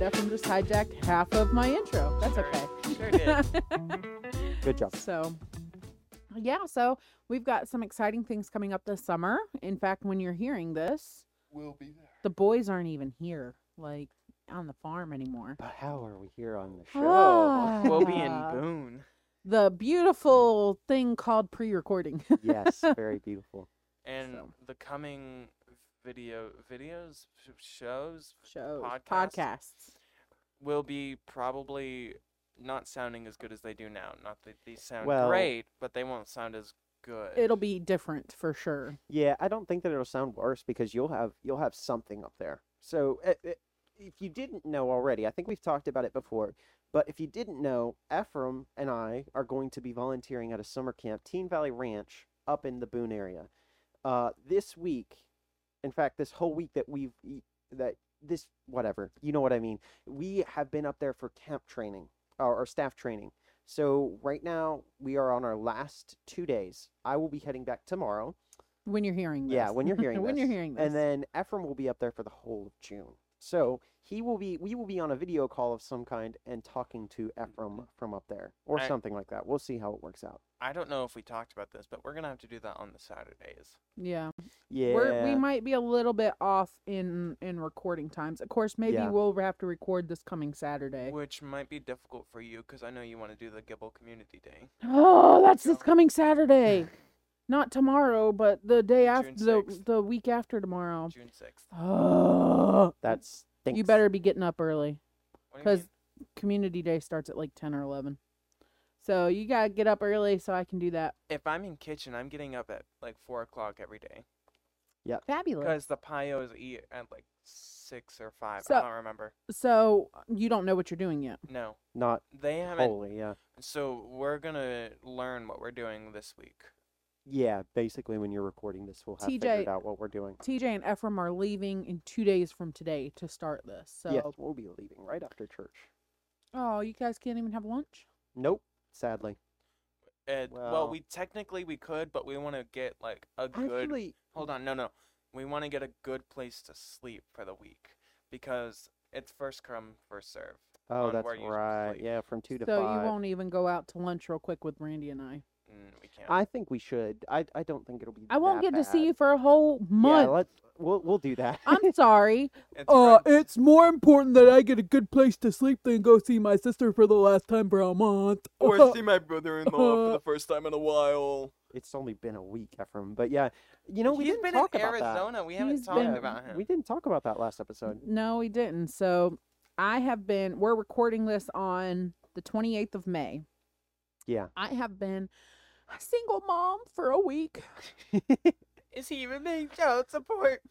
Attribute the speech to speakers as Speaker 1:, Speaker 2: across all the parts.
Speaker 1: Efren just hijacked half of my intro. That's
Speaker 2: Sure-
Speaker 1: okay.
Speaker 2: Sure did.
Speaker 3: Good job.
Speaker 1: So, yeah, so we've got some exciting things coming up this summer. In fact, when you're hearing this,
Speaker 2: we'll be there.
Speaker 1: the boys aren't even here, like on the farm anymore.
Speaker 3: But how are we here on the show?
Speaker 1: Ah.
Speaker 2: We'll be in Boone.
Speaker 1: The beautiful thing called pre recording.
Speaker 3: yes, very beautiful.
Speaker 2: And
Speaker 1: So.
Speaker 2: the coming video videos sh- shows
Speaker 1: Shows,
Speaker 2: Podcast.
Speaker 1: podcasts.
Speaker 2: will be probably not sounding as good as they do now. Not that these sound
Speaker 3: Well-
Speaker 2: great, but they won't sound as good.
Speaker 1: It'll be different for sure.
Speaker 3: Yeah, I don't think that it'll sound worse because you'll have you'll have something up there. So uh, uh, if you didn't know already, I think we've talked about it before. But if you didn't know, Ephraim and I are going to be volunteering at a summer camp, Teen Valley Ranch, up in the Boone area. Uh, this week, in fact, this whole week that we've e- that this whatever you know what I mean. We have been up there for camp training or, or staff training. So right now we are on our last two days. I will be heading back tomorrow.
Speaker 1: When you're hearing this.
Speaker 3: Yeah, when you're hearing
Speaker 1: when you're
Speaker 3: this.
Speaker 1: hearing this.
Speaker 3: And then Ephraim will be up there for the whole of June. So he will be we will be on a video call of some kind and talking to
Speaker 1: Mm-hmm.
Speaker 3: Ephraim from up there or
Speaker 2: I-
Speaker 3: something like that. We'll see how it works out.
Speaker 2: I don't know if we talked about this, but we're gonna have to do that on the Saturdays.
Speaker 1: yeah.
Speaker 3: Yeah.
Speaker 1: We're, we might be a little bit off in in recording times. Of course, maybe
Speaker 3: Yeah.
Speaker 1: we'll have to record this coming Saturday.
Speaker 2: Which might be difficult for you because I know you want to do the Gibble Community Day.
Speaker 1: Oh, that's this
Speaker 2: Go.
Speaker 1: coming Saturday. Not tomorrow, but the day after
Speaker 2: June
Speaker 1: the
Speaker 2: 6th.
Speaker 1: the week after tomorrow.
Speaker 2: June 6th.
Speaker 1: Oh,
Speaker 3: That's
Speaker 1: you better be getting up early
Speaker 2: What do you
Speaker 1: because
Speaker 2: mean?
Speaker 1: community day starts at like ten or eleven. So you gotta get up early so I can do that.
Speaker 2: If I'm in kitchen, I'm getting up at like 4 o'clock every day.
Speaker 1: Fabulous.
Speaker 2: Because the payos eat at like 6 or 5.
Speaker 1: So-
Speaker 2: I don't remember.
Speaker 1: So you don't know what you're doing yet.
Speaker 2: No.
Speaker 3: not
Speaker 2: They haven't.
Speaker 3: holy, yeah.
Speaker 2: So we're going to learn what we're doing this week.
Speaker 3: Yeah, basically when you're recording this we'll have
Speaker 1: TJ
Speaker 3: figured out what we're doing.
Speaker 1: TJ and Ephraim are leaving in two days from today to start this. So
Speaker 3: Yeah, we'll be leaving right after church.
Speaker 1: oh, you guys can't even have lunch.
Speaker 3: Nope, sadly.
Speaker 2: Uh, well,
Speaker 3: Well-
Speaker 2: we technically we could, but we want to get like a good.
Speaker 3: Actually,
Speaker 2: Hold on, no, no. We want to get a good place to sleep for the week because it's first come, first serve.
Speaker 3: oh,
Speaker 2: on
Speaker 3: that's
Speaker 2: where you
Speaker 3: right.
Speaker 2: sleep.
Speaker 3: Yeah, from 2 to
Speaker 1: so
Speaker 3: 5.
Speaker 1: you won't even go out to lunch real quick with Randy and I.
Speaker 2: Mm, we can't.
Speaker 3: I think we should. I I don't think it'll be
Speaker 1: I won't
Speaker 3: that
Speaker 1: get to see
Speaker 3: bad.
Speaker 1: you for a whole month.
Speaker 3: Yeah, let's we'll we'll do that.
Speaker 1: I'm sorry.
Speaker 2: It's
Speaker 1: Uh,
Speaker 2: from-
Speaker 1: it's more important that I get a good place to sleep than go see my sister for the last time for a month.
Speaker 3: uh,
Speaker 2: or see my brother-in-law for the first time in a while.
Speaker 3: it's only been a week, Ephraim. But yeah, you know, we
Speaker 2: He's
Speaker 3: didn't
Speaker 2: been
Speaker 3: talk
Speaker 2: in
Speaker 3: about that.
Speaker 2: Arizona. We haven't
Speaker 1: He's
Speaker 2: talked
Speaker 1: been-
Speaker 2: about him.
Speaker 3: We didn't talk about that last episode.
Speaker 1: no, we didn't. So I have been, we're recording this on the 28th of May.
Speaker 3: Yeah.
Speaker 1: I have been a single mom for a week.
Speaker 2: Is he even being child support?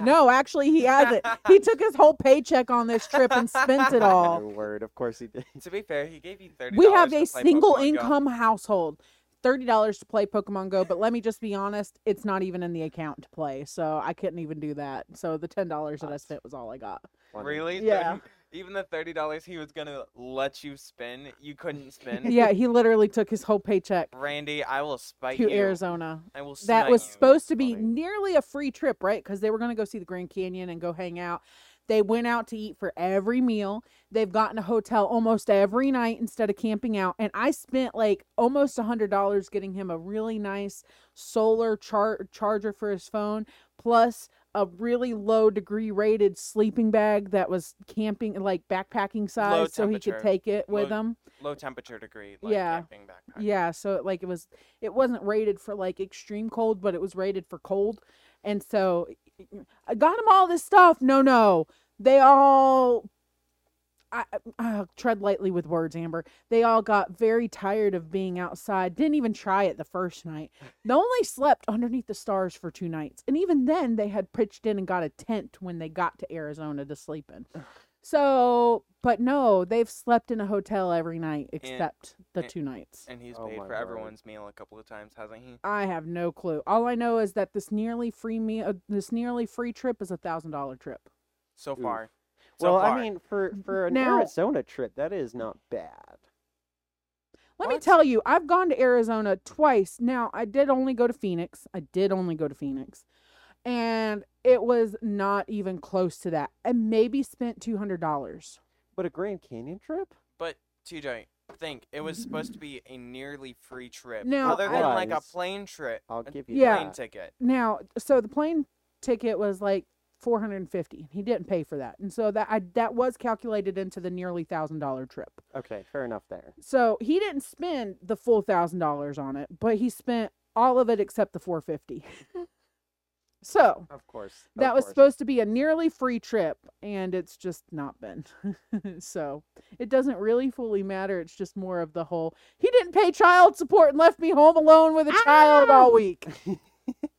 Speaker 1: no, actually, he hasn't. He took his whole paycheck on this trip and spent it all.
Speaker 3: Oh, word. Of course he did.
Speaker 2: To be fair, he gave you thirty.
Speaker 1: We have
Speaker 2: to
Speaker 1: a
Speaker 2: play
Speaker 1: single
Speaker 2: Pokemon Go.
Speaker 1: income household. $30 to play Pokemon Go, but let me just be honest, it's not even in the account to play. So I couldn't even do that. So the $10 that I
Speaker 3: Nice.
Speaker 1: spent was all I got.
Speaker 3: Funny.
Speaker 2: Really?
Speaker 1: Yeah.
Speaker 2: 30 Even the thirty dollars he was gonna let you spend, you couldn't spend.
Speaker 1: Yeah, he literally took his whole paycheck
Speaker 2: Randy, I will spite
Speaker 1: to
Speaker 2: you.
Speaker 1: Arizona.
Speaker 2: I will.
Speaker 1: That
Speaker 2: smite
Speaker 1: was
Speaker 2: you.
Speaker 1: supposed to be
Speaker 3: funny.
Speaker 1: nearly a free trip, right? Because they were going to go see the Grand Canyon and go hang out. They went out to eat for every meal. They've gotten a hotel almost every night instead of camping out. And I spent like almost a $100 getting him a really nice solar char- charger for his phone, plus a really low degree rated sleeping bag that was camping, like backpacking size, so he could
Speaker 2: temperature.
Speaker 1: take it with
Speaker 2: Low-
Speaker 1: him.
Speaker 2: low temperature degree. Like
Speaker 1: Yeah.
Speaker 2: Camping backpack.
Speaker 1: Yeah, so it, like it was it wasn't rated for like extreme cold, but it was rated for cold. And so I got them all this stuff. No, no. They all I, uh, tread lightly with words, Amber. They all got very tired of being outside. Didn't even try it the first night. They only slept underneath the stars for two nights, and even then, they had pitched in and got a tent when they got to Arizona to sleep in. So, but no, they've slept in a hotel every night except the
Speaker 2: and-
Speaker 1: two nights.
Speaker 2: And he's
Speaker 3: Oh
Speaker 2: paid
Speaker 3: my
Speaker 2: for
Speaker 3: word.
Speaker 2: everyone's meal a couple of times, hasn't he?
Speaker 1: I have no clue. All I know is that this nearly free me uh, this nearly free trip is a thousand dollar trip.
Speaker 2: So
Speaker 3: Oof.
Speaker 2: far. So
Speaker 3: Well,
Speaker 2: far.
Speaker 3: I mean, for for an
Speaker 1: Now-
Speaker 3: Arizona trip, that is not bad.
Speaker 1: Let me
Speaker 2: What?
Speaker 1: tell you, I've gone to Arizona twice. Now, I did only go to Phoenix. I did only go to Phoenix. and it was not even close to that. And maybe spent two hundred dollars.
Speaker 3: But a Grand Canyon trip?
Speaker 2: But TJ, think it was supposed to be a nearly free trip,
Speaker 1: Now,
Speaker 2: other than like a
Speaker 3: Otherwise-
Speaker 2: plane trip,
Speaker 3: I'll
Speaker 2: a
Speaker 3: give you
Speaker 1: Yeah.
Speaker 2: plane
Speaker 3: that.
Speaker 2: ticket.
Speaker 1: Now, so the plane ticket was like four hundred and fifty. He didn't pay for that, and so that I that was calculated into the nearly thousand dollar trip.
Speaker 3: Okay, fair enough there.
Speaker 1: So he didn't spend the full thousand dollars on it, but he spent all of it except the four fifty. so
Speaker 3: Of course. of
Speaker 1: that was
Speaker 3: course.
Speaker 1: supposed to be a nearly free trip, and it's just not been. so it doesn't really fully matter. It's just more of the whole he didn't pay child support and left me home alone with a child all week.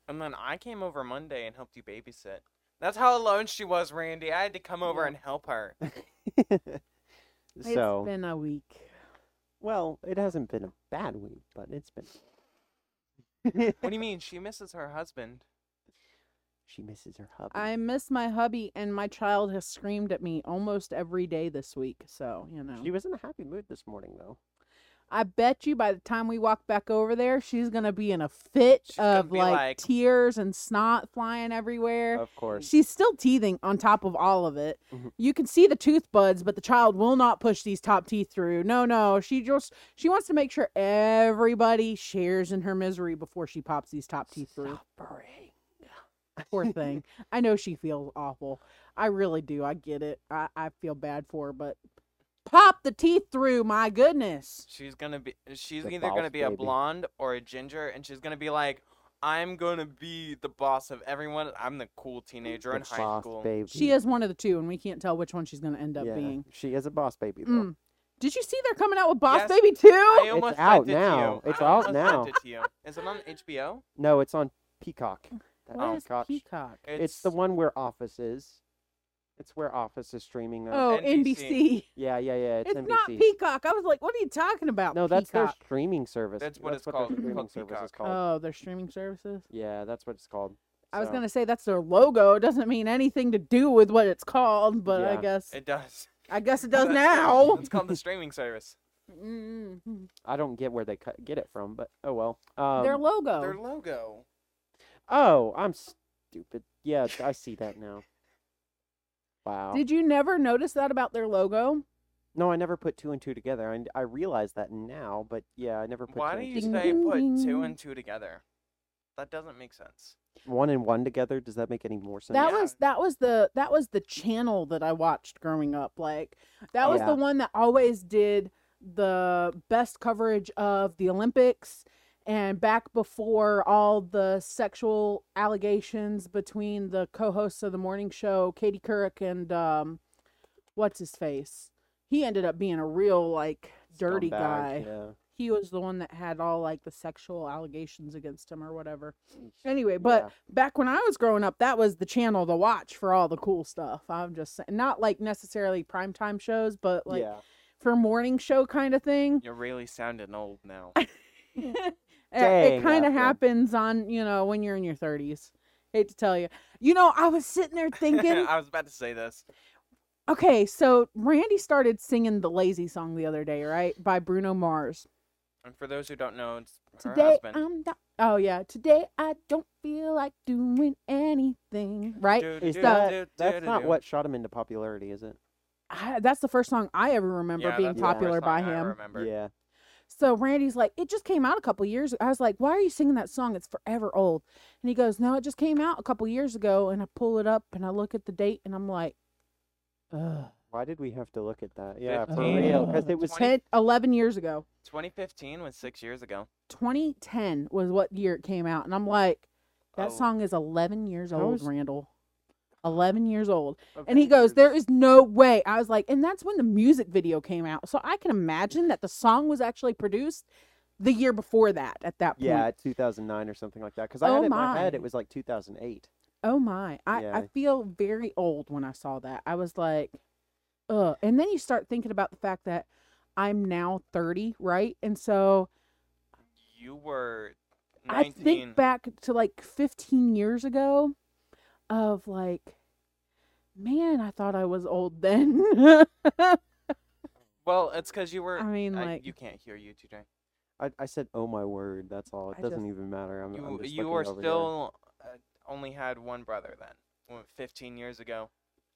Speaker 2: And then I came over Monday and helped you babysit. That's how alone she was, Randy. I had to come over
Speaker 1: Yeah.
Speaker 2: and help her.
Speaker 3: so
Speaker 1: It's been a week.
Speaker 3: well, it hasn't been a bad week, but it's been
Speaker 2: What do you mean? She misses her husband.
Speaker 3: she misses her hubby.
Speaker 1: I miss my hubby, and my child has screamed at me almost every day this week. So you know.
Speaker 3: She was in a happy mood this morning though.
Speaker 1: I bet you by the time we walk back over there, she's gonna be in a fit
Speaker 2: She's gonna
Speaker 1: of
Speaker 2: be
Speaker 1: like,
Speaker 2: like-
Speaker 1: tears and snot flying everywhere.
Speaker 3: Of course.
Speaker 1: She's still teething on top of all of it.
Speaker 3: Mhm.
Speaker 1: You can see the tooth buds, but the child will not push these top teeth through. No, no, she just she wants to make sure everybody shares in her misery before she pops these top teeth through.
Speaker 3: Suffering.
Speaker 1: Poor thing. I know she feels awful. I really do. I get it. I, I feel bad for her, but pop the teeth through. My goodness.
Speaker 2: She's gonna be. She's
Speaker 3: The
Speaker 2: either gonna
Speaker 3: boss
Speaker 2: be a
Speaker 3: baby.
Speaker 2: blonde or a ginger, and she's gonna be like, "I'm gonna be the boss of everyone. I'm the cool teenager in
Speaker 3: The
Speaker 2: high
Speaker 3: boss
Speaker 2: school."
Speaker 3: baby.
Speaker 1: She is one of the two, and we can't tell which one she's going to end up
Speaker 3: yeah,
Speaker 1: being.
Speaker 3: She is a boss baby though.
Speaker 1: Mm. Did you see they're coming out with Boss
Speaker 2: Yes,
Speaker 1: Baby too?
Speaker 2: I almost
Speaker 3: out
Speaker 2: sent it to
Speaker 3: now.
Speaker 2: you.
Speaker 3: It's
Speaker 2: I
Speaker 3: out
Speaker 2: almost
Speaker 3: now.
Speaker 2: Sent it to you. Is it on HBO?
Speaker 3: No, it's on Peacock. That
Speaker 1: What is
Speaker 3: Peacock-
Speaker 1: Peacock?
Speaker 3: Oh, It's, the one where Office is. It's where Office is streaming. now.
Speaker 1: Oh, NBC.
Speaker 2: NBC.
Speaker 3: Yeah, yeah, yeah. It's,
Speaker 1: It's
Speaker 3: NBC.
Speaker 1: not Peacock. I was like, what are you talking about?
Speaker 3: No, that's
Speaker 1: Peacock.
Speaker 3: their streaming service.
Speaker 2: That's what it's
Speaker 3: their
Speaker 2: called. It's
Speaker 3: streaming
Speaker 2: called
Speaker 3: service is
Speaker 2: Peacock.
Speaker 3: called.
Speaker 1: Oh, their streaming services?
Speaker 3: yeah, that's what it's called.
Speaker 1: I was
Speaker 3: So,
Speaker 1: going to say that's their logo. It doesn't mean anything to do with what it's called, but I
Speaker 3: Yeah.
Speaker 1: guess
Speaker 2: It does.
Speaker 1: I guess it does
Speaker 2: That's-
Speaker 1: now.
Speaker 2: It's called the streaming service.
Speaker 1: Mm,
Speaker 3: I don't get where they cut, get it from, but oh well. Um,
Speaker 1: their logo.
Speaker 2: Their logo.
Speaker 3: oh, I'm stupid. Yeah, I see that now. Wow.
Speaker 1: Did you never notice that about their logo?
Speaker 3: No, I never put two and two together. I, I realize that now, but yeah, I never put
Speaker 2: Why
Speaker 3: two
Speaker 2: do
Speaker 3: and
Speaker 2: you
Speaker 1: ding,
Speaker 2: say
Speaker 1: ding,
Speaker 2: put two
Speaker 1: ding.
Speaker 2: and two together? That doesn't make sense.
Speaker 3: one and one together. Does that make any more sense?
Speaker 1: that
Speaker 2: yeah.
Speaker 1: was that was the that was the channel that I watched growing up. Like that was
Speaker 3: Yeah.
Speaker 1: the one that always did the best coverage of the Olympics and back before all the sexual allegations between the co-hosts of the morning show, Katie Couric and um what's his face? He ended up being a real like dirty
Speaker 3: Scumbag,
Speaker 1: guy.
Speaker 3: Yeah.
Speaker 1: He was the one that had all like the sexual allegations against him or whatever. Anyway, but
Speaker 3: Yeah.
Speaker 1: back when I was growing up, that was the channel to watch for all the cool stuff. I'm just saying, not like necessarily primetime shows, but like
Speaker 3: yeah.
Speaker 1: for morning show kind of thing.
Speaker 2: You're really sounding old now.
Speaker 1: Eh, it
Speaker 3: Dang,
Speaker 1: kind
Speaker 3: Afra.
Speaker 1: of happens on, you know, when you're in your 30s. Hate to tell you. You know, I was sitting there thinking,
Speaker 2: I was about to say this.
Speaker 1: okay, so Randy started singing the lazy song the other day, right? By Bruno Mars.
Speaker 2: And for those who don't know, it's her
Speaker 1: Today
Speaker 2: husband.
Speaker 1: I'm not. Oh, yeah. Today I don't feel like doing anything, right?
Speaker 2: Do,
Speaker 3: Is
Speaker 2: do,
Speaker 3: that
Speaker 2: do, do,
Speaker 3: that's
Speaker 2: do,
Speaker 3: not
Speaker 2: do.
Speaker 3: what shot him into popularity, is it?
Speaker 1: I, that's the first song I ever remember
Speaker 2: Yeah,
Speaker 1: being
Speaker 2: that's the first
Speaker 1: popular
Speaker 2: song
Speaker 1: by
Speaker 2: I
Speaker 1: him.
Speaker 2: remember.
Speaker 3: Yeah.
Speaker 1: So Randy's like, it just came out a couple years. I was like, why are you singing that song? It's forever old. And he goes, no, it just came out a couple years ago. And I pull it up and I look at the date and I'm like, Ugh.
Speaker 3: Why did we have to look at that? Yeah, for
Speaker 2: 15,
Speaker 3: real, because it was
Speaker 2: 20.
Speaker 1: 10, 11 years ago.
Speaker 2: 2015 was six years ago.
Speaker 1: 2010 was what year it came out. And I'm like, that
Speaker 2: Oh,
Speaker 1: song is 11 years
Speaker 3: How
Speaker 1: old,
Speaker 3: is-
Speaker 1: Randall. 11 years old.
Speaker 2: okay.
Speaker 1: And he goes, There is no way. I was like, And that's when the music video came out. So I can imagine that the song was actually produced the year before that at that point.
Speaker 3: yeah, 2009 or something like that. Because I
Speaker 1: Oh
Speaker 3: had it in my head
Speaker 1: my.
Speaker 3: it was like 2008.
Speaker 1: Oh my. I, I
Speaker 3: Yeah.
Speaker 1: feel very old when I saw that. I was like, Ugh. And then you start thinking about the fact that I'm now 30, right? And so
Speaker 2: You were
Speaker 1: I
Speaker 2: 19.
Speaker 1: think back to like 15 years ago of like, Man, I thought I was old then.
Speaker 2: well, it's because you were.
Speaker 1: I mean,
Speaker 2: I-
Speaker 1: like,
Speaker 2: you can't hear you today.
Speaker 3: I, I said, oh my word, that's all. It
Speaker 1: I
Speaker 3: doesn't
Speaker 1: just-
Speaker 3: even matter. I'm, I'm
Speaker 2: You
Speaker 3: just
Speaker 2: you
Speaker 3: looking
Speaker 2: are
Speaker 3: over here.
Speaker 2: still uh, only had one brother then. Well, 15 years ago.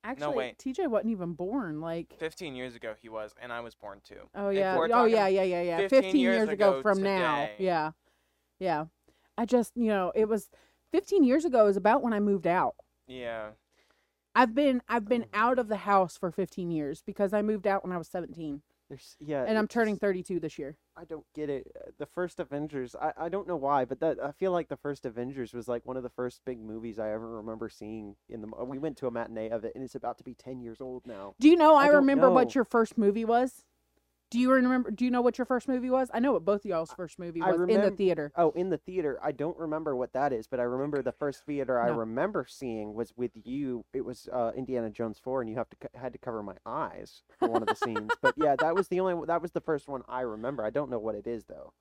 Speaker 1: Actually,
Speaker 2: wait.
Speaker 1: TJ wasn't even born. Like,
Speaker 2: 15 years ago he was, and I was born too.
Speaker 1: oh
Speaker 2: If
Speaker 1: yeah,
Speaker 2: we're
Speaker 1: oh
Speaker 2: talking
Speaker 1: yeah, yeah, yeah, yeah.
Speaker 2: 15 years
Speaker 1: years ago
Speaker 2: ago
Speaker 1: from now,
Speaker 2: today.
Speaker 1: yeah, yeah. I just, you know, it was 15 years ago is about when I moved out.
Speaker 2: Yeah.
Speaker 1: I've been I've been
Speaker 3: Oh.
Speaker 1: out of the house for 15 years because I moved out when I was 17
Speaker 3: There's, yeah,
Speaker 1: and I'm
Speaker 3: it
Speaker 1: turning
Speaker 3: just-
Speaker 1: 32 this year.
Speaker 3: I don't get it. Uh, The first Avengers, I, I don't know why, but that I feel like the first Avengers was like one of the first big movies I ever remember seeing. In the mo- we went to a matinee of it, and it's about to be ten years old now.
Speaker 1: Do you know
Speaker 3: I
Speaker 1: I,
Speaker 3: don't
Speaker 1: remember
Speaker 3: know.
Speaker 1: what your first movie was? Do you remember do you know what your first movie was? I know what both of y'all's first movie
Speaker 3: I
Speaker 1: was in the
Speaker 3: remem-
Speaker 1: theater.
Speaker 3: Oh, in the theater, I don't remember what that is, but I remember the first theater I
Speaker 1: No.
Speaker 3: remember seeing was with you. It was uh, Indiana Jones four, and you have to co- had to cover my eyes for one of the scenes. But yeah, that was the only one- that was the first one I remember. I don't know what it is though.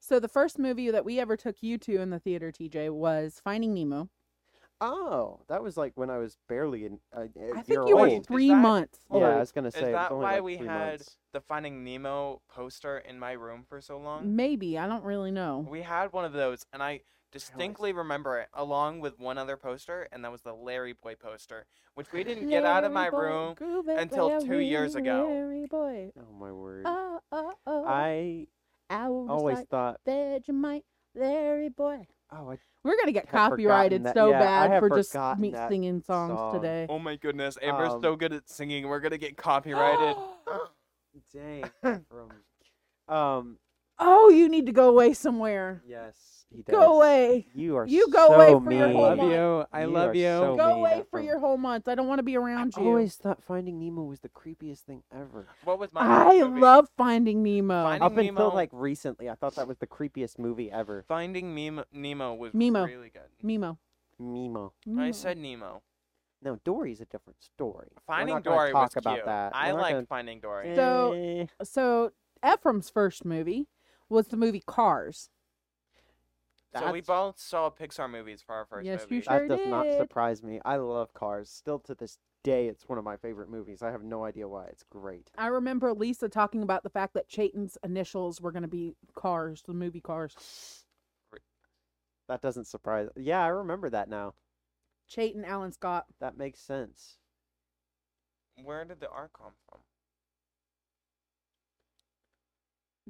Speaker 1: So the first movie that we ever took you to in the theater TJ was Finding Nemo.
Speaker 3: Oh, that was like when I was barely in. Uh,
Speaker 1: I think you were
Speaker 2: old.
Speaker 1: 3
Speaker 2: Is that-
Speaker 1: months old.
Speaker 3: Yeah, I was gonna say. it was
Speaker 2: that
Speaker 3: only,
Speaker 2: why
Speaker 3: like,
Speaker 2: we
Speaker 3: three
Speaker 2: had
Speaker 3: months.
Speaker 2: the Finding Nemo poster in my room for so long?
Speaker 1: Maybe, I don't really know.
Speaker 2: We had one of those, and I distinctly remember it, along with one other poster, and that was the Larry Boy poster, which we didn't get out of my
Speaker 1: Larry boy,
Speaker 2: room.
Speaker 1: groove it,
Speaker 2: until two years
Speaker 1: Larry,
Speaker 2: ago.
Speaker 1: Larry boy.
Speaker 3: Oh my word.
Speaker 1: Oh, oh, oh.
Speaker 3: I
Speaker 1: I was
Speaker 3: always
Speaker 1: like
Speaker 3: thought,
Speaker 1: Vegemite, Larry boy.
Speaker 3: oh, I,
Speaker 1: We're gonna get
Speaker 3: Had forgotten
Speaker 1: copyrighted
Speaker 3: that-
Speaker 1: so
Speaker 3: yeah, I
Speaker 1: bad
Speaker 3: had
Speaker 1: for just
Speaker 3: forgotten
Speaker 1: me
Speaker 3: that
Speaker 1: singing songs
Speaker 3: song.
Speaker 1: today.
Speaker 2: Oh my goodness, Amber's
Speaker 3: Um,
Speaker 2: so good at singing, we're gonna get copyrighted.
Speaker 3: dang, from, um,
Speaker 1: oh, you need to go away somewhere.
Speaker 3: yes, he does.
Speaker 1: Go away.
Speaker 3: You are
Speaker 1: You go
Speaker 3: so
Speaker 1: away for
Speaker 3: mean.
Speaker 1: your
Speaker 4: I
Speaker 1: whole
Speaker 4: love
Speaker 1: life.
Speaker 4: you. I
Speaker 3: You are
Speaker 4: love you.
Speaker 3: so-
Speaker 1: go
Speaker 3: mean,
Speaker 1: away for
Speaker 3: Ephraim.
Speaker 1: your whole month. I don't want to be around
Speaker 3: I
Speaker 1: you.
Speaker 3: always thought Finding Nemo was the creepiest thing ever.
Speaker 2: What was my
Speaker 1: I
Speaker 2: favorite movie?
Speaker 1: love Finding Nemo.
Speaker 2: Finding-
Speaker 3: Up until
Speaker 2: Nemo-
Speaker 3: like recently, I thought that was the creepiest movie ever.
Speaker 2: Finding Nemo, Nemo was
Speaker 1: Nemo.
Speaker 2: really good.
Speaker 1: Nemo.
Speaker 3: Nemo.
Speaker 2: I
Speaker 1: Nemo.
Speaker 2: said Nemo.
Speaker 3: No, Dory's a different story.
Speaker 2: Finding
Speaker 3: We're not gonna
Speaker 2: Dory
Speaker 3: talk
Speaker 2: was
Speaker 3: about
Speaker 2: cute.
Speaker 3: that.
Speaker 2: I
Speaker 3: We're not
Speaker 2: liked
Speaker 3: gonna-
Speaker 2: Finding Dory.
Speaker 1: So-
Speaker 3: Eh,
Speaker 1: So Ephraim's first movie was the movie Cars.
Speaker 2: So we
Speaker 3: that's-
Speaker 2: both saw Pixar movies for our first
Speaker 1: Yes, you
Speaker 2: movie.
Speaker 1: should.
Speaker 3: that
Speaker 1: sure
Speaker 3: does not
Speaker 1: did.
Speaker 3: surprise me. I love Cars. Still to this day, it's one of my favorite movies. I have no idea why. It's great.
Speaker 1: I remember Lisa talking about the fact that Chayton's initials were going to be Cars, the movie Cars.
Speaker 3: That doesn't surprise. Yeah, I remember that now.
Speaker 1: Chayton Alan Scott.
Speaker 3: That makes sense.
Speaker 2: Where did the R come from?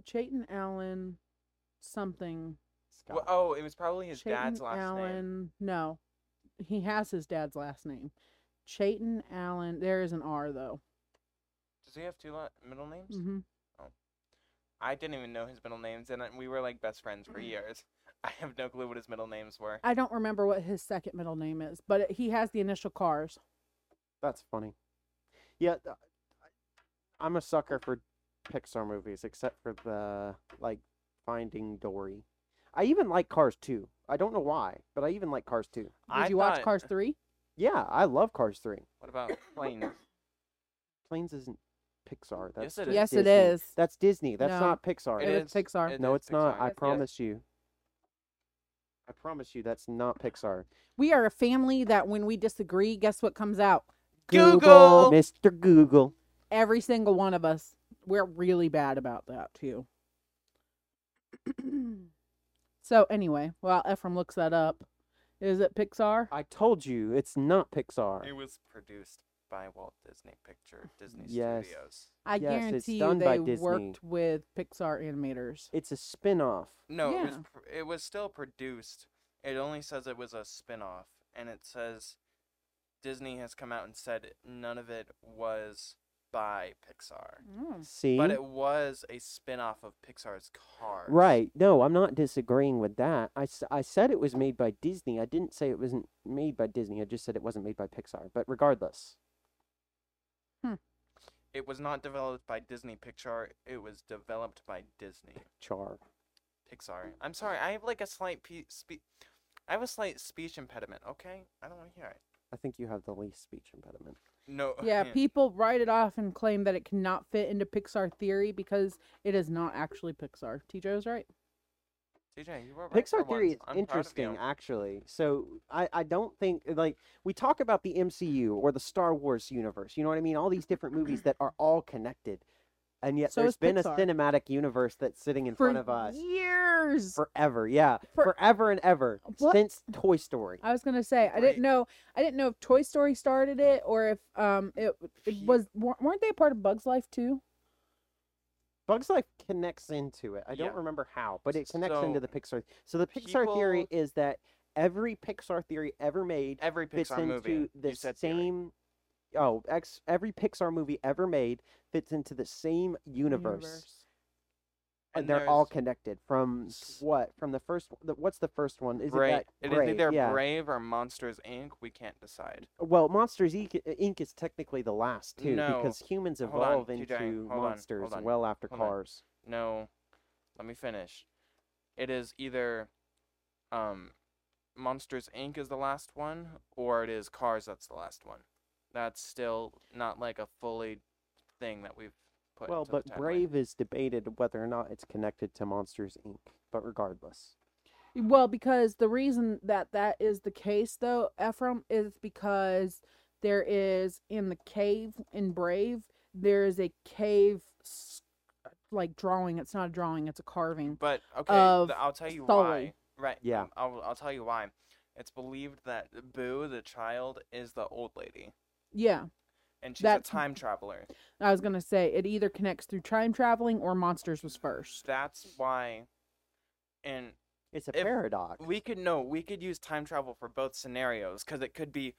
Speaker 1: Chayton Allen something.
Speaker 3: Scott.
Speaker 2: Well, oh, it was probably his
Speaker 1: Chayton
Speaker 2: dad's last
Speaker 1: Allen.
Speaker 2: name.
Speaker 1: No, he has his dad's last name. Chayton Allen. There is an R though.
Speaker 2: Does he have two la- middle names?
Speaker 1: hmm
Speaker 2: I didn't even know his middle names, and uh, we were like best friends for years. I have no clue what his middle names were.
Speaker 1: Mm-hmm. I don't remember what his second middle name is, but it- he has the initial cars.
Speaker 3: That's funny. Yeah, th- I- I'm a sucker for Pixar movies, except for the like Finding Dory. I even like Cars 2. I don't know why, but I even like Cars 2.
Speaker 1: Did
Speaker 2: I
Speaker 1: you watch
Speaker 2: thought-
Speaker 1: Cars Three?
Speaker 3: Yeah, I love Cars 3.
Speaker 2: What about planes?
Speaker 3: Planes isn't Pixar. That's
Speaker 2: Yes, it is.
Speaker 1: Yes, it
Speaker 3: Disney.
Speaker 1: is.
Speaker 3: That's Disney. That's
Speaker 1: No.
Speaker 3: not Pixar.
Speaker 1: It is Pixar.
Speaker 2: it
Speaker 3: no,
Speaker 2: is
Speaker 3: it's not.
Speaker 2: Pixar.
Speaker 3: I
Speaker 2: Yes.
Speaker 3: promise you. I promise you, that's not Pixar.
Speaker 1: We are a family that when we disagree, guess what comes out?
Speaker 2: Google.
Speaker 3: Mr. Google.
Speaker 1: Every single one of us. We're really bad about that too. so anyway, while Ephraim looks that up, is it Pixar?
Speaker 3: I told you, it's not Pixar.
Speaker 2: It was produced by Walt Disney Picture Disney
Speaker 3: Yes.
Speaker 2: Studios.
Speaker 1: I
Speaker 3: Yes, it's
Speaker 1: guarantee you
Speaker 3: done by
Speaker 1: they
Speaker 3: Disney.
Speaker 1: worked with Pixar animators.
Speaker 3: It's a spin-off.
Speaker 2: No, it was
Speaker 1: Yeah.
Speaker 2: pr- it was still produced. It only says it was a spin-off and it says Disney has come out and said none of it was by Pixar.
Speaker 3: See?
Speaker 2: But it was a spin-off of Pixar's Cars.
Speaker 3: Right. No, I'm not disagreeing with that. I, s- I said it was made by Disney. I didn't say it wasn't made by Disney. I just said it wasn't made by Pixar. But regardless,
Speaker 2: It was not developed by Disney Pixar. It was developed by Disney
Speaker 3: Char.
Speaker 2: Pixar. I'm sorry. I have like a slight pe- spe- I have a slight speech impediment, okay? I don't want to hear it.
Speaker 3: I think you have the least speech impediment.
Speaker 2: No.
Speaker 1: Yeah, people write it off and claim that it cannot fit into Pixar theory because it is not actually Pixar. TJ was right.
Speaker 2: TJ, you were right for
Speaker 3: Pixar theory is
Speaker 2: once. I'm proud of you.
Speaker 3: interesting, actually. So I, I don't think like we talk about the MCU or the Star Wars universe. You know what I mean? All these different movies that are all connected. and yet
Speaker 1: So
Speaker 3: there's
Speaker 1: is
Speaker 3: been
Speaker 1: Pixar.
Speaker 3: a cinematic universe that's sitting in
Speaker 1: for
Speaker 3: front of us
Speaker 1: years.
Speaker 3: forever. Yeah,
Speaker 1: For-
Speaker 3: forever and ever
Speaker 1: What?
Speaker 3: since Toy Story.
Speaker 1: I was gonna say I
Speaker 2: Right.
Speaker 1: didn't know I didn't know if Toy Story started it or if um it, it
Speaker 3: Phew.
Speaker 1: was wa- weren't they a part of Bugs Life too?
Speaker 3: Bugs Life connects into it. I don't
Speaker 2: Yeah.
Speaker 3: remember how, but it connects
Speaker 2: So,
Speaker 3: into the Pixar. So the Pixar theory is that every Pixar theory ever made
Speaker 2: Every
Speaker 3: fits
Speaker 2: Pixar
Speaker 3: into
Speaker 2: movie.
Speaker 3: the
Speaker 2: you said theory.
Speaker 3: same. Oh, ex, every Pixar movie ever made fits into the same universe, and,
Speaker 2: And
Speaker 3: they're all
Speaker 2: there's-
Speaker 3: connected. From
Speaker 2: S-
Speaker 3: what? From the first? The, what's the first one? Is
Speaker 2: Brave.
Speaker 3: it that?
Speaker 2: It is either
Speaker 3: yeah.
Speaker 2: Brave or Monsters Inc. We can't decide.
Speaker 3: Well, Monsters Inc. uh, Inc. is technically the last too,
Speaker 2: No.
Speaker 3: because humans
Speaker 2: Hold on,
Speaker 3: evolve
Speaker 2: TJ,
Speaker 3: into
Speaker 2: hold on,
Speaker 3: monsters
Speaker 2: hold on,
Speaker 3: well after
Speaker 2: hold on.
Speaker 3: Cars.
Speaker 2: No, let me finish. It is either, um, Monsters Inc. is the last one, or it is Cars that's the last one. That's still not like a fully thing that we've put.
Speaker 3: Well,
Speaker 2: into the
Speaker 3: but
Speaker 2: timeline.
Speaker 3: Brave is debated whether or not it's connected to Monsters Inc. But regardless,
Speaker 1: Well, because the reason that that is the case though, Ephraim, is because there is in the cave in Brave there is a cave s- like drawing. It's not a drawing. It's a carving.
Speaker 2: But okay,
Speaker 1: of
Speaker 2: th- I'll tell you
Speaker 1: Sully.
Speaker 2: why. Right. Mm,
Speaker 3: Yeah.
Speaker 2: I'll I'll tell you why. It's believed that Boo, the child, is the old lady,
Speaker 1: Yeah,
Speaker 2: and she's
Speaker 1: That's-
Speaker 2: a time traveler.
Speaker 1: I was gonna say it either connects through time traveling or monsters was first.
Speaker 2: That's why. And
Speaker 3: it's a
Speaker 2: If
Speaker 3: paradox.
Speaker 2: we could no, we could use time travel for both scenarios because it could be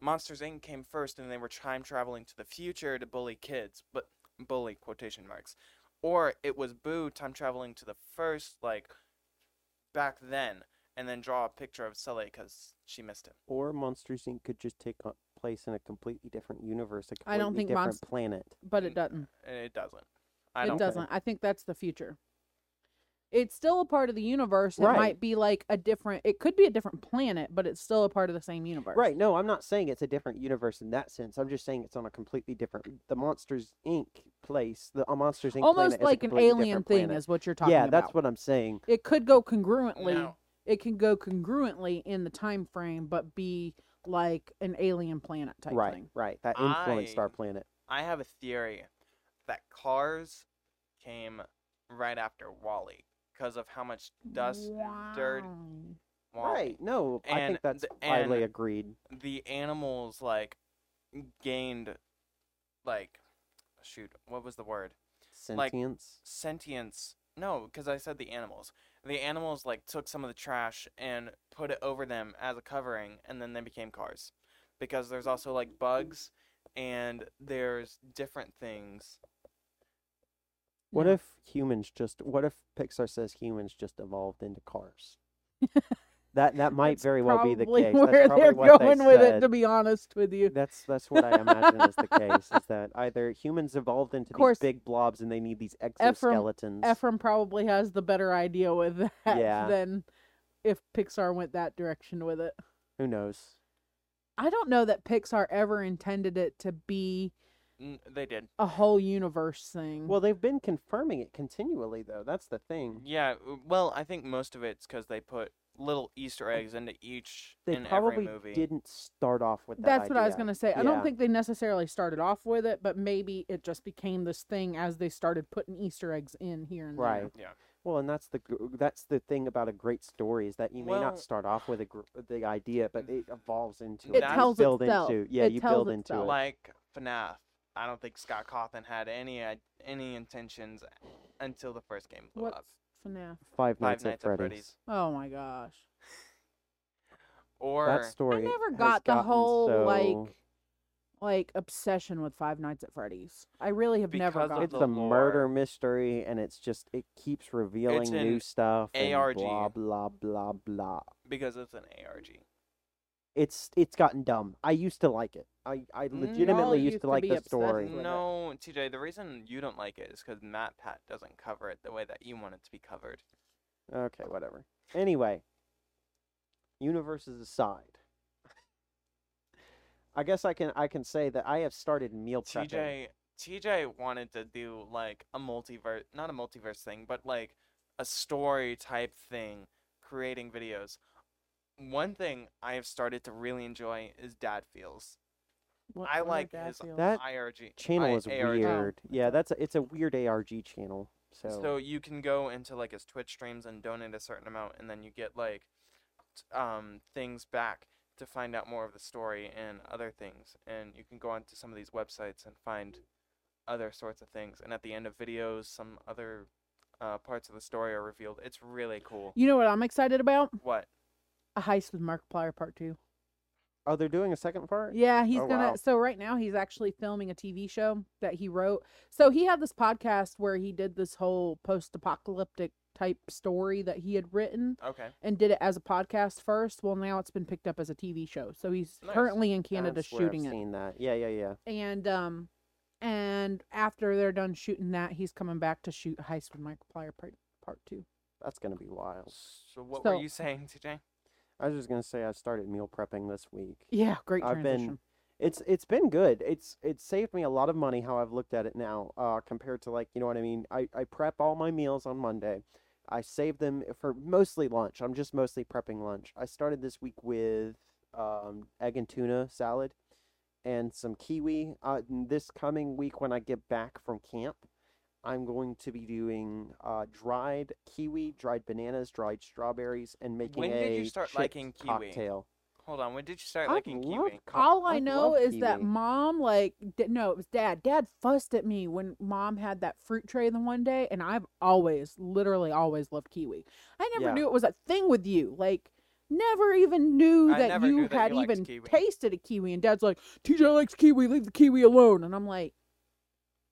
Speaker 2: Monsters Inc. came first, and they were time traveling to the future to bully kids, but bully quotation marks, or it was Boo time traveling to the first like back then, and then draw a picture of Sully because she missed him.
Speaker 3: Or Monsters Inc. could just take o- place in a completely different universe, a completely
Speaker 1: I don't think
Speaker 3: different
Speaker 1: monst-
Speaker 3: planet.
Speaker 1: But
Speaker 2: Mm,
Speaker 1: it doesn't.
Speaker 2: And it doesn't. I
Speaker 1: it
Speaker 2: don't.
Speaker 1: doesn't. I think that's the future. It's still a part of the universe. It
Speaker 3: Right.
Speaker 1: might be like a different. It could be a different planet, but it's still a part of the same universe.
Speaker 3: Right? No, I'm not saying it's a different universe in that sense. I'm just saying it's on a completely different. The Monsters Inc. place, the uh, Monsters Inc. planet
Speaker 1: Almost
Speaker 3: is a
Speaker 1: like an
Speaker 3: completely
Speaker 1: alien
Speaker 3: different
Speaker 1: thing
Speaker 3: planet.
Speaker 1: is what you're talking
Speaker 3: yeah,
Speaker 1: about.
Speaker 3: that's what I'm saying.
Speaker 1: It could go congruently.
Speaker 2: No.
Speaker 1: It can go congruently in the time frame, but be like an alien planet type
Speaker 3: right,
Speaker 1: thing.
Speaker 3: right. That influenced
Speaker 2: I-
Speaker 3: our planet.
Speaker 2: I have a theory that cars came right after Wally because of how much dust, dirt,
Speaker 1: Wow.
Speaker 2: Wall-E.
Speaker 3: Right? No, I
Speaker 2: And
Speaker 3: think that's
Speaker 2: the-
Speaker 3: widely
Speaker 2: and
Speaker 3: agreed.
Speaker 2: The animals like gained like shoot, what was the word? like-
Speaker 3: Sentience.
Speaker 2: Sentience. No, because I said the animals. The animals like took some of the trash and put it over them as a covering, and then they became cars. Because there's also like bugs, and there's different things.
Speaker 3: What
Speaker 1: Yeah.
Speaker 3: if humans just? What if Pixar says humans just evolved into cars? that that might
Speaker 1: That's
Speaker 3: very well be the
Speaker 1: probably
Speaker 3: case.
Speaker 1: Where
Speaker 3: that's probably
Speaker 1: they're
Speaker 3: what
Speaker 1: going
Speaker 3: they
Speaker 1: with it,
Speaker 3: said.
Speaker 1: to be honest with you.
Speaker 3: That's that's what I imagine is the case. Is that either humans evolved into
Speaker 1: course.
Speaker 3: these big blobs and they need these
Speaker 1: Ephraim-
Speaker 3: exoskeletons?
Speaker 1: Ephraim probably has the better idea with that
Speaker 3: Yeah.
Speaker 1: than if Pixar went that direction with it.
Speaker 3: Who knows?
Speaker 1: I don't know that Pixar ever intended it to be
Speaker 2: N- they did.
Speaker 1: a whole universe thing.
Speaker 3: Well, they've been confirming it continually, though. That's the thing.
Speaker 2: Yeah, w- well, I think most of it's because they put little Easter eggs into each
Speaker 3: They
Speaker 2: in every
Speaker 3: probably
Speaker 2: movie.
Speaker 3: didn't start off with that.
Speaker 1: that's what I was
Speaker 3: idea.
Speaker 1: gonna say. I don't
Speaker 3: Yeah.
Speaker 1: think they necessarily started off with it, but maybe it just became this thing as they started putting Easter eggs in here and
Speaker 3: Right.
Speaker 1: there.
Speaker 2: Yeah.
Speaker 3: Well, and that's the gr- that's the thing about a great story is that you may
Speaker 2: Well-
Speaker 3: not start off with a gr- uh, the idea, but it evolves into
Speaker 2: It
Speaker 3: it.
Speaker 2: tells
Speaker 3: you build
Speaker 1: itself.
Speaker 3: into yeah,
Speaker 1: It
Speaker 3: you
Speaker 1: tells
Speaker 3: build into
Speaker 1: itself.
Speaker 3: it.
Speaker 2: Like FNAF, I don't think Scott Cawthon had any i- any intentions until the first game blew
Speaker 1: What's
Speaker 2: up.
Speaker 1: FNAF?
Speaker 3: Five Nights,
Speaker 2: Five
Speaker 3: at Freddy's.
Speaker 1: Oh my gosh.
Speaker 2: Or
Speaker 3: That story.
Speaker 1: I never
Speaker 3: has
Speaker 1: got the
Speaker 3: gotten
Speaker 1: whole
Speaker 3: so...
Speaker 1: like like obsession with Five Nights at Freddy's. I really have never
Speaker 2: Because of
Speaker 1: got
Speaker 3: it's
Speaker 2: the
Speaker 3: a murder
Speaker 2: lore.
Speaker 3: mystery and it's just it keeps revealing new
Speaker 2: an
Speaker 3: stuff and
Speaker 2: ARG.
Speaker 3: blah blah blah blah
Speaker 2: because it's an ARG.
Speaker 3: it's it's gotten dumb i used to like it i i legitimately
Speaker 1: you
Speaker 3: used
Speaker 1: used
Speaker 3: to
Speaker 1: to
Speaker 3: like
Speaker 1: be
Speaker 3: the
Speaker 1: obsessed
Speaker 3: story
Speaker 1: with it.
Speaker 2: Mm. No, TJ, the reason you don't like it is because Matt Pat doesn't cover it the way that you want it to be covered.
Speaker 3: okay whatever anyway universes aside i guess i can i can say that i have started meal prepping
Speaker 2: TJ, TJ wanted to do like a multiverse, not a multiverse thing, but like a story type thing, creating videos. One thing I have started to really enjoy is dad feels.
Speaker 1: What,
Speaker 2: I
Speaker 1: what are
Speaker 2: like
Speaker 1: gas
Speaker 2: his
Speaker 1: deals?
Speaker 3: That-
Speaker 2: IRG
Speaker 3: Channel
Speaker 2: I-
Speaker 3: is
Speaker 2: ARG.
Speaker 3: weird. Yeah, that's a, it's a weird ARG channel. So,
Speaker 2: So you can go into like his Twitch streams and donate a certain amount, and then you get like t- um, things back to find out more of the story and other things. And you can go onto some of these websites and find other sorts of things. And at the end of videos, some other uh, parts of the story are revealed. It's really cool.
Speaker 1: You know what I'm excited about?
Speaker 2: What?
Speaker 1: A heist with Markiplier Part Two.
Speaker 3: oh, they're doing a second part.
Speaker 1: Yeah, he's
Speaker 3: Oh,
Speaker 1: gonna.
Speaker 3: wow.
Speaker 1: So right now he's actually filming a TV show that he wrote. So he had this podcast where he did this whole post-apocalyptic type story that he had written
Speaker 2: Okay.
Speaker 1: and did it as a podcast first. Well, now it's been picked up as a TV show. So he's
Speaker 2: Nice.
Speaker 1: currently in
Speaker 3: I
Speaker 1: Canada
Speaker 3: swear I've
Speaker 1: shooting it.
Speaker 3: Seen that? Yeah, yeah, yeah.
Speaker 1: And um, and after they're done shooting that, he's coming back to shoot Heist with Markiplier Part Part Two.
Speaker 3: That's gonna be wild.
Speaker 2: So what
Speaker 1: So-
Speaker 2: were you saying, TJ?
Speaker 3: I was just gonna say I started meal prepping this week.
Speaker 1: Yeah, great
Speaker 3: I've
Speaker 1: transition.
Speaker 3: been it's it's been good. It's it's saved me a lot of money how I've looked at it now, uh, compared to like you know what I mean. I, I prep all my meals on Monday. I save them for mostly lunch. I'm just mostly prepping lunch. I started this week with um, egg and tuna salad and some kiwi. Uh, n- this coming week when I get back from camp, I'm going to be doing uh, dried kiwi, dried bananas, dried strawberries, and making
Speaker 2: When
Speaker 3: a
Speaker 2: did you start
Speaker 3: chipped
Speaker 2: liking kiwi?
Speaker 3: cocktail.
Speaker 2: Hold on. When did you start
Speaker 3: I
Speaker 2: liking
Speaker 3: love
Speaker 2: Kiwi?
Speaker 3: co-
Speaker 1: All I,
Speaker 3: I
Speaker 1: know
Speaker 3: love
Speaker 1: is that
Speaker 3: kiwi.
Speaker 1: mom, like, di- no, it was dad. Dad fussed at me when mom had that fruit tray the one day, and I've always, literally, always loved kiwi. I never
Speaker 3: Yeah.
Speaker 1: knew it was a thing with you. Like, never even knew
Speaker 2: I
Speaker 1: that
Speaker 2: never
Speaker 1: you
Speaker 2: knew that you
Speaker 1: had
Speaker 2: liked
Speaker 1: even
Speaker 2: kiwi.
Speaker 1: tasted a kiwi. And dad's like, TJ likes kiwi, leave the kiwi alone. And I'm like,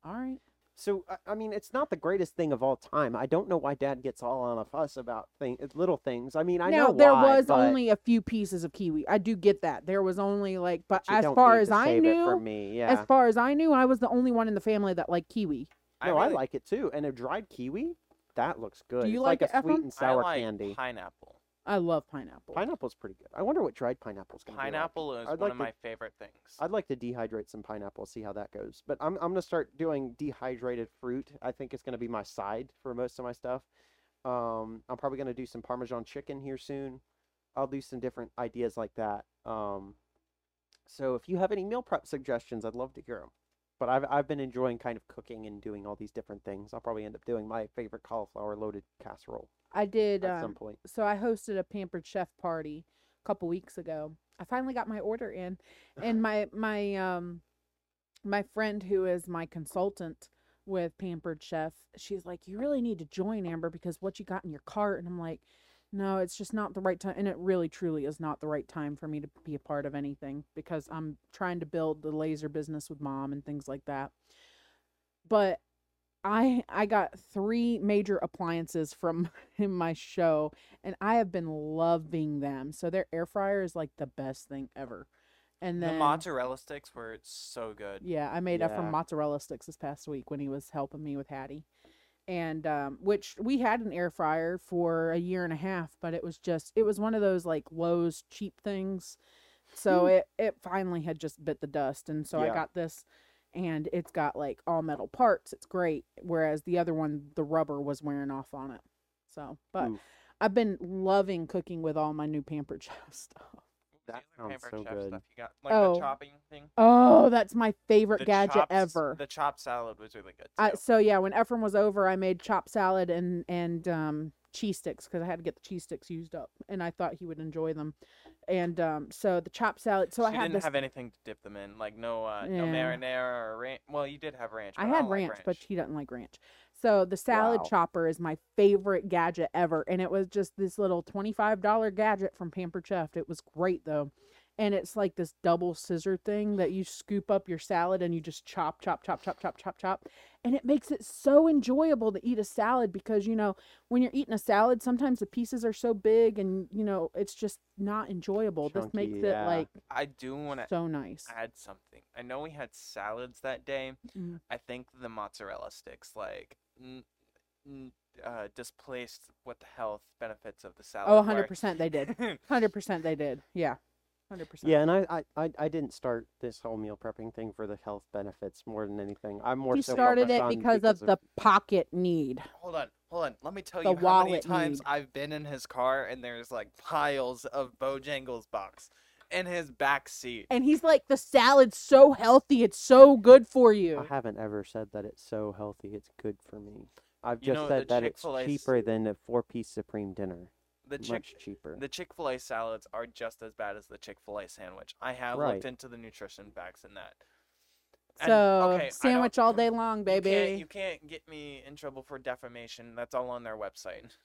Speaker 1: all right.
Speaker 3: So I- I mean, it's not the greatest thing of all time. I don't know why Dad gets all on a fuss about thing, uh, little things. I mean, I
Speaker 1: now,
Speaker 3: know
Speaker 1: there
Speaker 3: why,
Speaker 1: was
Speaker 3: but
Speaker 1: only a few pieces of kiwi. I do get that. There was only, like, but
Speaker 3: you
Speaker 1: as
Speaker 3: don't
Speaker 1: far
Speaker 3: need
Speaker 1: as
Speaker 3: to
Speaker 1: I
Speaker 3: save it for
Speaker 1: knew,
Speaker 3: me, yeah.
Speaker 1: as far as I knew, I was the only one in the family that liked kiwi.
Speaker 3: no, I
Speaker 2: really-
Speaker 3: like it too. And a dried kiwi, that looks good.
Speaker 1: you
Speaker 3: it's
Speaker 1: like
Speaker 3: like,
Speaker 1: it,
Speaker 3: a sweet
Speaker 1: Ephraim?
Speaker 3: and
Speaker 2: I
Speaker 3: sour
Speaker 2: like
Speaker 3: candy.
Speaker 2: pineapple.
Speaker 1: I love pineapple.
Speaker 3: Pineapple's pretty good. I wonder what dried pineapple's gonna be like.
Speaker 2: Pineapple is
Speaker 3: I'd
Speaker 2: one
Speaker 3: like
Speaker 2: of
Speaker 3: to-
Speaker 2: my favorite things.
Speaker 3: I'd like to dehydrate some pineapple, see how that goes. But I'm I'm gonna start doing dehydrated fruit. I think it's gonna be my side for most of my stuff. Um, I'm probably gonna do some Parmesan chicken here soon. I'll do some different ideas like that. Um, so if you have any meal prep suggestions, I'd love to hear them. But I've I've been enjoying kind of cooking and doing all these different things. I'll probably end up doing my favorite cauliflower loaded casserole
Speaker 1: I did.
Speaker 3: at some
Speaker 1: Um,
Speaker 3: point.
Speaker 1: so I hosted a pampered chef party a couple weeks ago. I finally got my order in, and my my um my friend who is my consultant with pampered chef, she's like, "You really need to join Amber because what you got in your cart." And I'm like, "No, it's just not the right time." And it really, truly is not the right time for me to be a part of anything because I'm trying to build the laser business with mom and things like that. But I I got three major appliances from in my show and I have been loving them. So their air fryer is like the best thing ever. And then
Speaker 2: the mozzarella sticks were so good.
Speaker 1: yeah, I made up from
Speaker 3: Yeah.
Speaker 1: mozzarella sticks this past week when he was helping me with Hattie. And um, which we had an air fryer for a year and a half, but it was just it was one of those like Lowe's cheap things. So it it finally had just bit the dust, and so I
Speaker 3: Hmm. Yeah.
Speaker 1: got this, and it's got like all metal parts. It's great. Whereas the other one, the rubber was wearing off on it. So, but
Speaker 3: Oof.
Speaker 1: I've been loving cooking with all my new Pampered Chef stuff.
Speaker 2: The
Speaker 3: That
Speaker 2: other
Speaker 3: sounds
Speaker 2: favorite
Speaker 3: so
Speaker 2: chef
Speaker 3: good.
Speaker 2: Stuff you got, like
Speaker 1: Oh.
Speaker 2: the chopping thing.
Speaker 1: Oh, that's my favorite
Speaker 2: The
Speaker 1: gadget
Speaker 2: chopped s-
Speaker 1: ever.
Speaker 2: The chopped salad was really good.
Speaker 1: I,
Speaker 2: too.
Speaker 1: so yeah, when Ephraim was over, I made chopped salad and and um, cheese sticks because I had to get the cheese sticks used up, and I thought he would enjoy them. And um, so the chopped salad. So I
Speaker 2: She
Speaker 1: had
Speaker 2: didn't
Speaker 1: this.
Speaker 2: have anything to dip them in, like no, uh, no
Speaker 1: Yeah.
Speaker 2: marinara or ranch. Well, you did have ranch.
Speaker 1: I
Speaker 2: but
Speaker 1: had
Speaker 2: don't like
Speaker 1: ranch, but he doesn't like ranch. So the salad
Speaker 3: Wow.
Speaker 1: chopper is my favorite gadget ever, and it was just this little twenty-five dollar gadget from Pampered Chef. It was great though, and it's like this double scissor thing that you scoop up your salad and you just chop, chop, chop, chop, chop, chop, chop, and it makes it so enjoyable to eat a salad because you know when you're eating a salad, sometimes the pieces are so big and you know it's just not enjoyable. this
Speaker 3: Chunky,
Speaker 1: makes it
Speaker 3: yeah.
Speaker 1: like
Speaker 2: I do want to
Speaker 1: so nice.
Speaker 2: add something. I know we had salads that day.
Speaker 1: Mm.
Speaker 2: I think the mozzarella sticks like n- n- uh, displaced what the health benefits of the salad.
Speaker 1: Oh,
Speaker 2: were.
Speaker 1: 100 percent they did. Hundred percent they did. Yeah, hundred percent.
Speaker 3: Yeah, and I, I- I, I didn't start this whole meal prepping thing for the health benefits more than anything. I'm more
Speaker 1: he
Speaker 3: so
Speaker 1: started
Speaker 3: focused
Speaker 1: it
Speaker 3: on
Speaker 1: because, of, the pocket need.
Speaker 2: hold on, hold on. Let me tell
Speaker 1: The
Speaker 2: you how many
Speaker 1: wallet
Speaker 2: times
Speaker 1: need.
Speaker 2: I've been in his car and there's like piles of Bojangles box. in his back seat.
Speaker 1: And he's like, the salad's so healthy. It's so good for you.
Speaker 3: I haven't ever said that it's so healthy. It's good for me. I've just
Speaker 2: You know, the
Speaker 3: said that it's
Speaker 2: Chick-fil-A s-
Speaker 3: cheaper than a four-piece supreme dinner.
Speaker 2: The chick
Speaker 3: Much cheaper.
Speaker 2: the Chick Fil A salads are just as bad as the Chick Fil A sandwich. I have
Speaker 3: Right.
Speaker 2: looked into the nutrition facts in that. And,
Speaker 1: So,
Speaker 2: okay, I don't-
Speaker 1: sandwich all day long,
Speaker 2: You can't-
Speaker 1: baby.
Speaker 2: you can't get me in trouble for defamation. That's all on their website.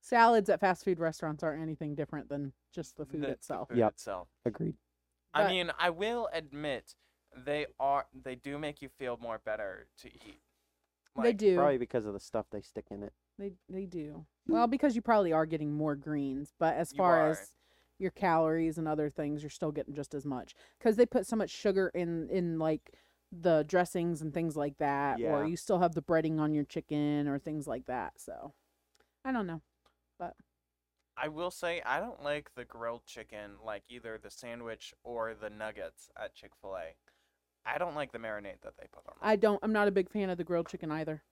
Speaker 1: Salads at fast food restaurants aren't anything different than just the food
Speaker 2: The- the
Speaker 1: itself.
Speaker 2: food
Speaker 3: Yep.
Speaker 2: itself.
Speaker 3: Agreed.
Speaker 2: I
Speaker 1: But-
Speaker 2: mean, I will admit they are they do make you feel more better to eat.
Speaker 1: they
Speaker 2: Like,
Speaker 1: do.
Speaker 3: Probably because of the stuff they stick in it.
Speaker 1: They they do. Well, because you probably are getting more greens, but as
Speaker 2: You
Speaker 1: far
Speaker 2: are.
Speaker 1: as your calories and other things, you're still getting just as much cuz they put so much sugar in in like the dressings and things like that
Speaker 3: Yeah.
Speaker 1: or you still have the breading on your chicken or things like that. So, I don't know.
Speaker 2: I will say I don't like the grilled chicken, like either the sandwich or the nuggets at Chick Fil A. I don't like the marinade that they put on. them.
Speaker 1: I don't I'm not a big fan of the grilled chicken either.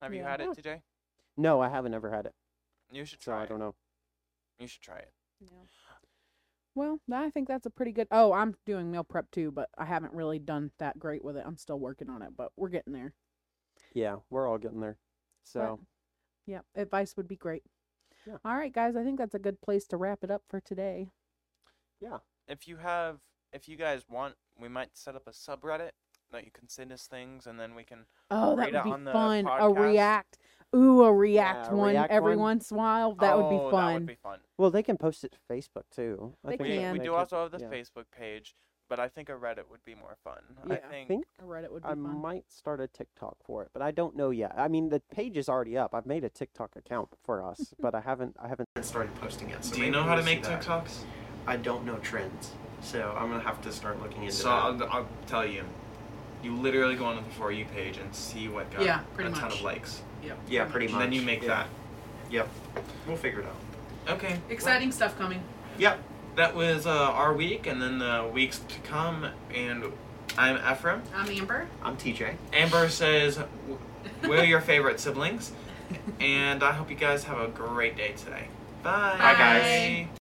Speaker 2: Have you
Speaker 1: yeah.
Speaker 2: had it,
Speaker 1: Oh.
Speaker 2: TJ?
Speaker 3: No, I haven't ever had it,
Speaker 2: You should
Speaker 3: so
Speaker 2: try.
Speaker 3: I
Speaker 2: it.
Speaker 3: don't know.
Speaker 2: You should try it.
Speaker 1: Yeah. Well, th- I think that's a pretty good. Oh, I'm doing meal prep too, but I haven't really done that great with it. I'm still working on it, but we're getting there.
Speaker 3: Yeah, we're all getting there. So
Speaker 1: Yeah, advice would be great.
Speaker 3: Yeah.
Speaker 1: All right, guys, I think that's a good place to wrap it up for today.
Speaker 2: If you have, if you guys want, we might set up a subreddit that you can send us things, and then we can.
Speaker 1: Oh, that
Speaker 2: Read it
Speaker 1: would
Speaker 2: on
Speaker 1: be
Speaker 2: the
Speaker 1: fun. A
Speaker 2: podcast.
Speaker 1: react. Ooh, a react
Speaker 3: Yeah, a
Speaker 1: one
Speaker 3: react
Speaker 1: every
Speaker 3: one.
Speaker 1: once in a while. That would
Speaker 2: Oh,
Speaker 1: be
Speaker 2: That
Speaker 1: fun.
Speaker 2: would be fun.
Speaker 3: well, they can post it to Facebook too. I
Speaker 1: They
Speaker 3: think
Speaker 2: We,
Speaker 3: that
Speaker 1: can.
Speaker 2: we
Speaker 3: they
Speaker 2: do
Speaker 3: could-
Speaker 2: also have the
Speaker 3: yeah.
Speaker 2: Facebook page, but I think a Reddit would be more fun.
Speaker 1: Yeah.
Speaker 2: I think,
Speaker 3: think
Speaker 1: a Reddit would be
Speaker 3: I
Speaker 1: fun.
Speaker 3: might start a TikTok for it, but I don't know yet. I mean, the page is already up. I've made a TikTok account for us, but I haven't. I haven't
Speaker 4: started posting it. So
Speaker 5: Do you
Speaker 4: maybe
Speaker 5: know how to
Speaker 4: we'll see
Speaker 5: make
Speaker 4: that.
Speaker 5: TikToks?
Speaker 4: I don't know trends, so I'm gonna have to start looking into
Speaker 5: So
Speaker 4: that.
Speaker 5: I'll, I'll tell you. You literally go on the For You page and see what got
Speaker 1: Yeah, pretty
Speaker 5: a ton
Speaker 1: much.
Speaker 5: of likes.
Speaker 4: yeah, pretty
Speaker 5: and
Speaker 4: much.
Speaker 5: Then you make
Speaker 4: yeah. that. We'll figure it out.
Speaker 5: that. Okay.
Speaker 1: stuff coming.
Speaker 5: Yep. That was uh, our week and then the weeks to come. And I'm Ephraim.
Speaker 1: I'm Amber.
Speaker 4: I'm TJ.
Speaker 5: Amber says, w- We're your favorite siblings. And I hope you guys have a great day today. Bye.
Speaker 1: Bye, guys.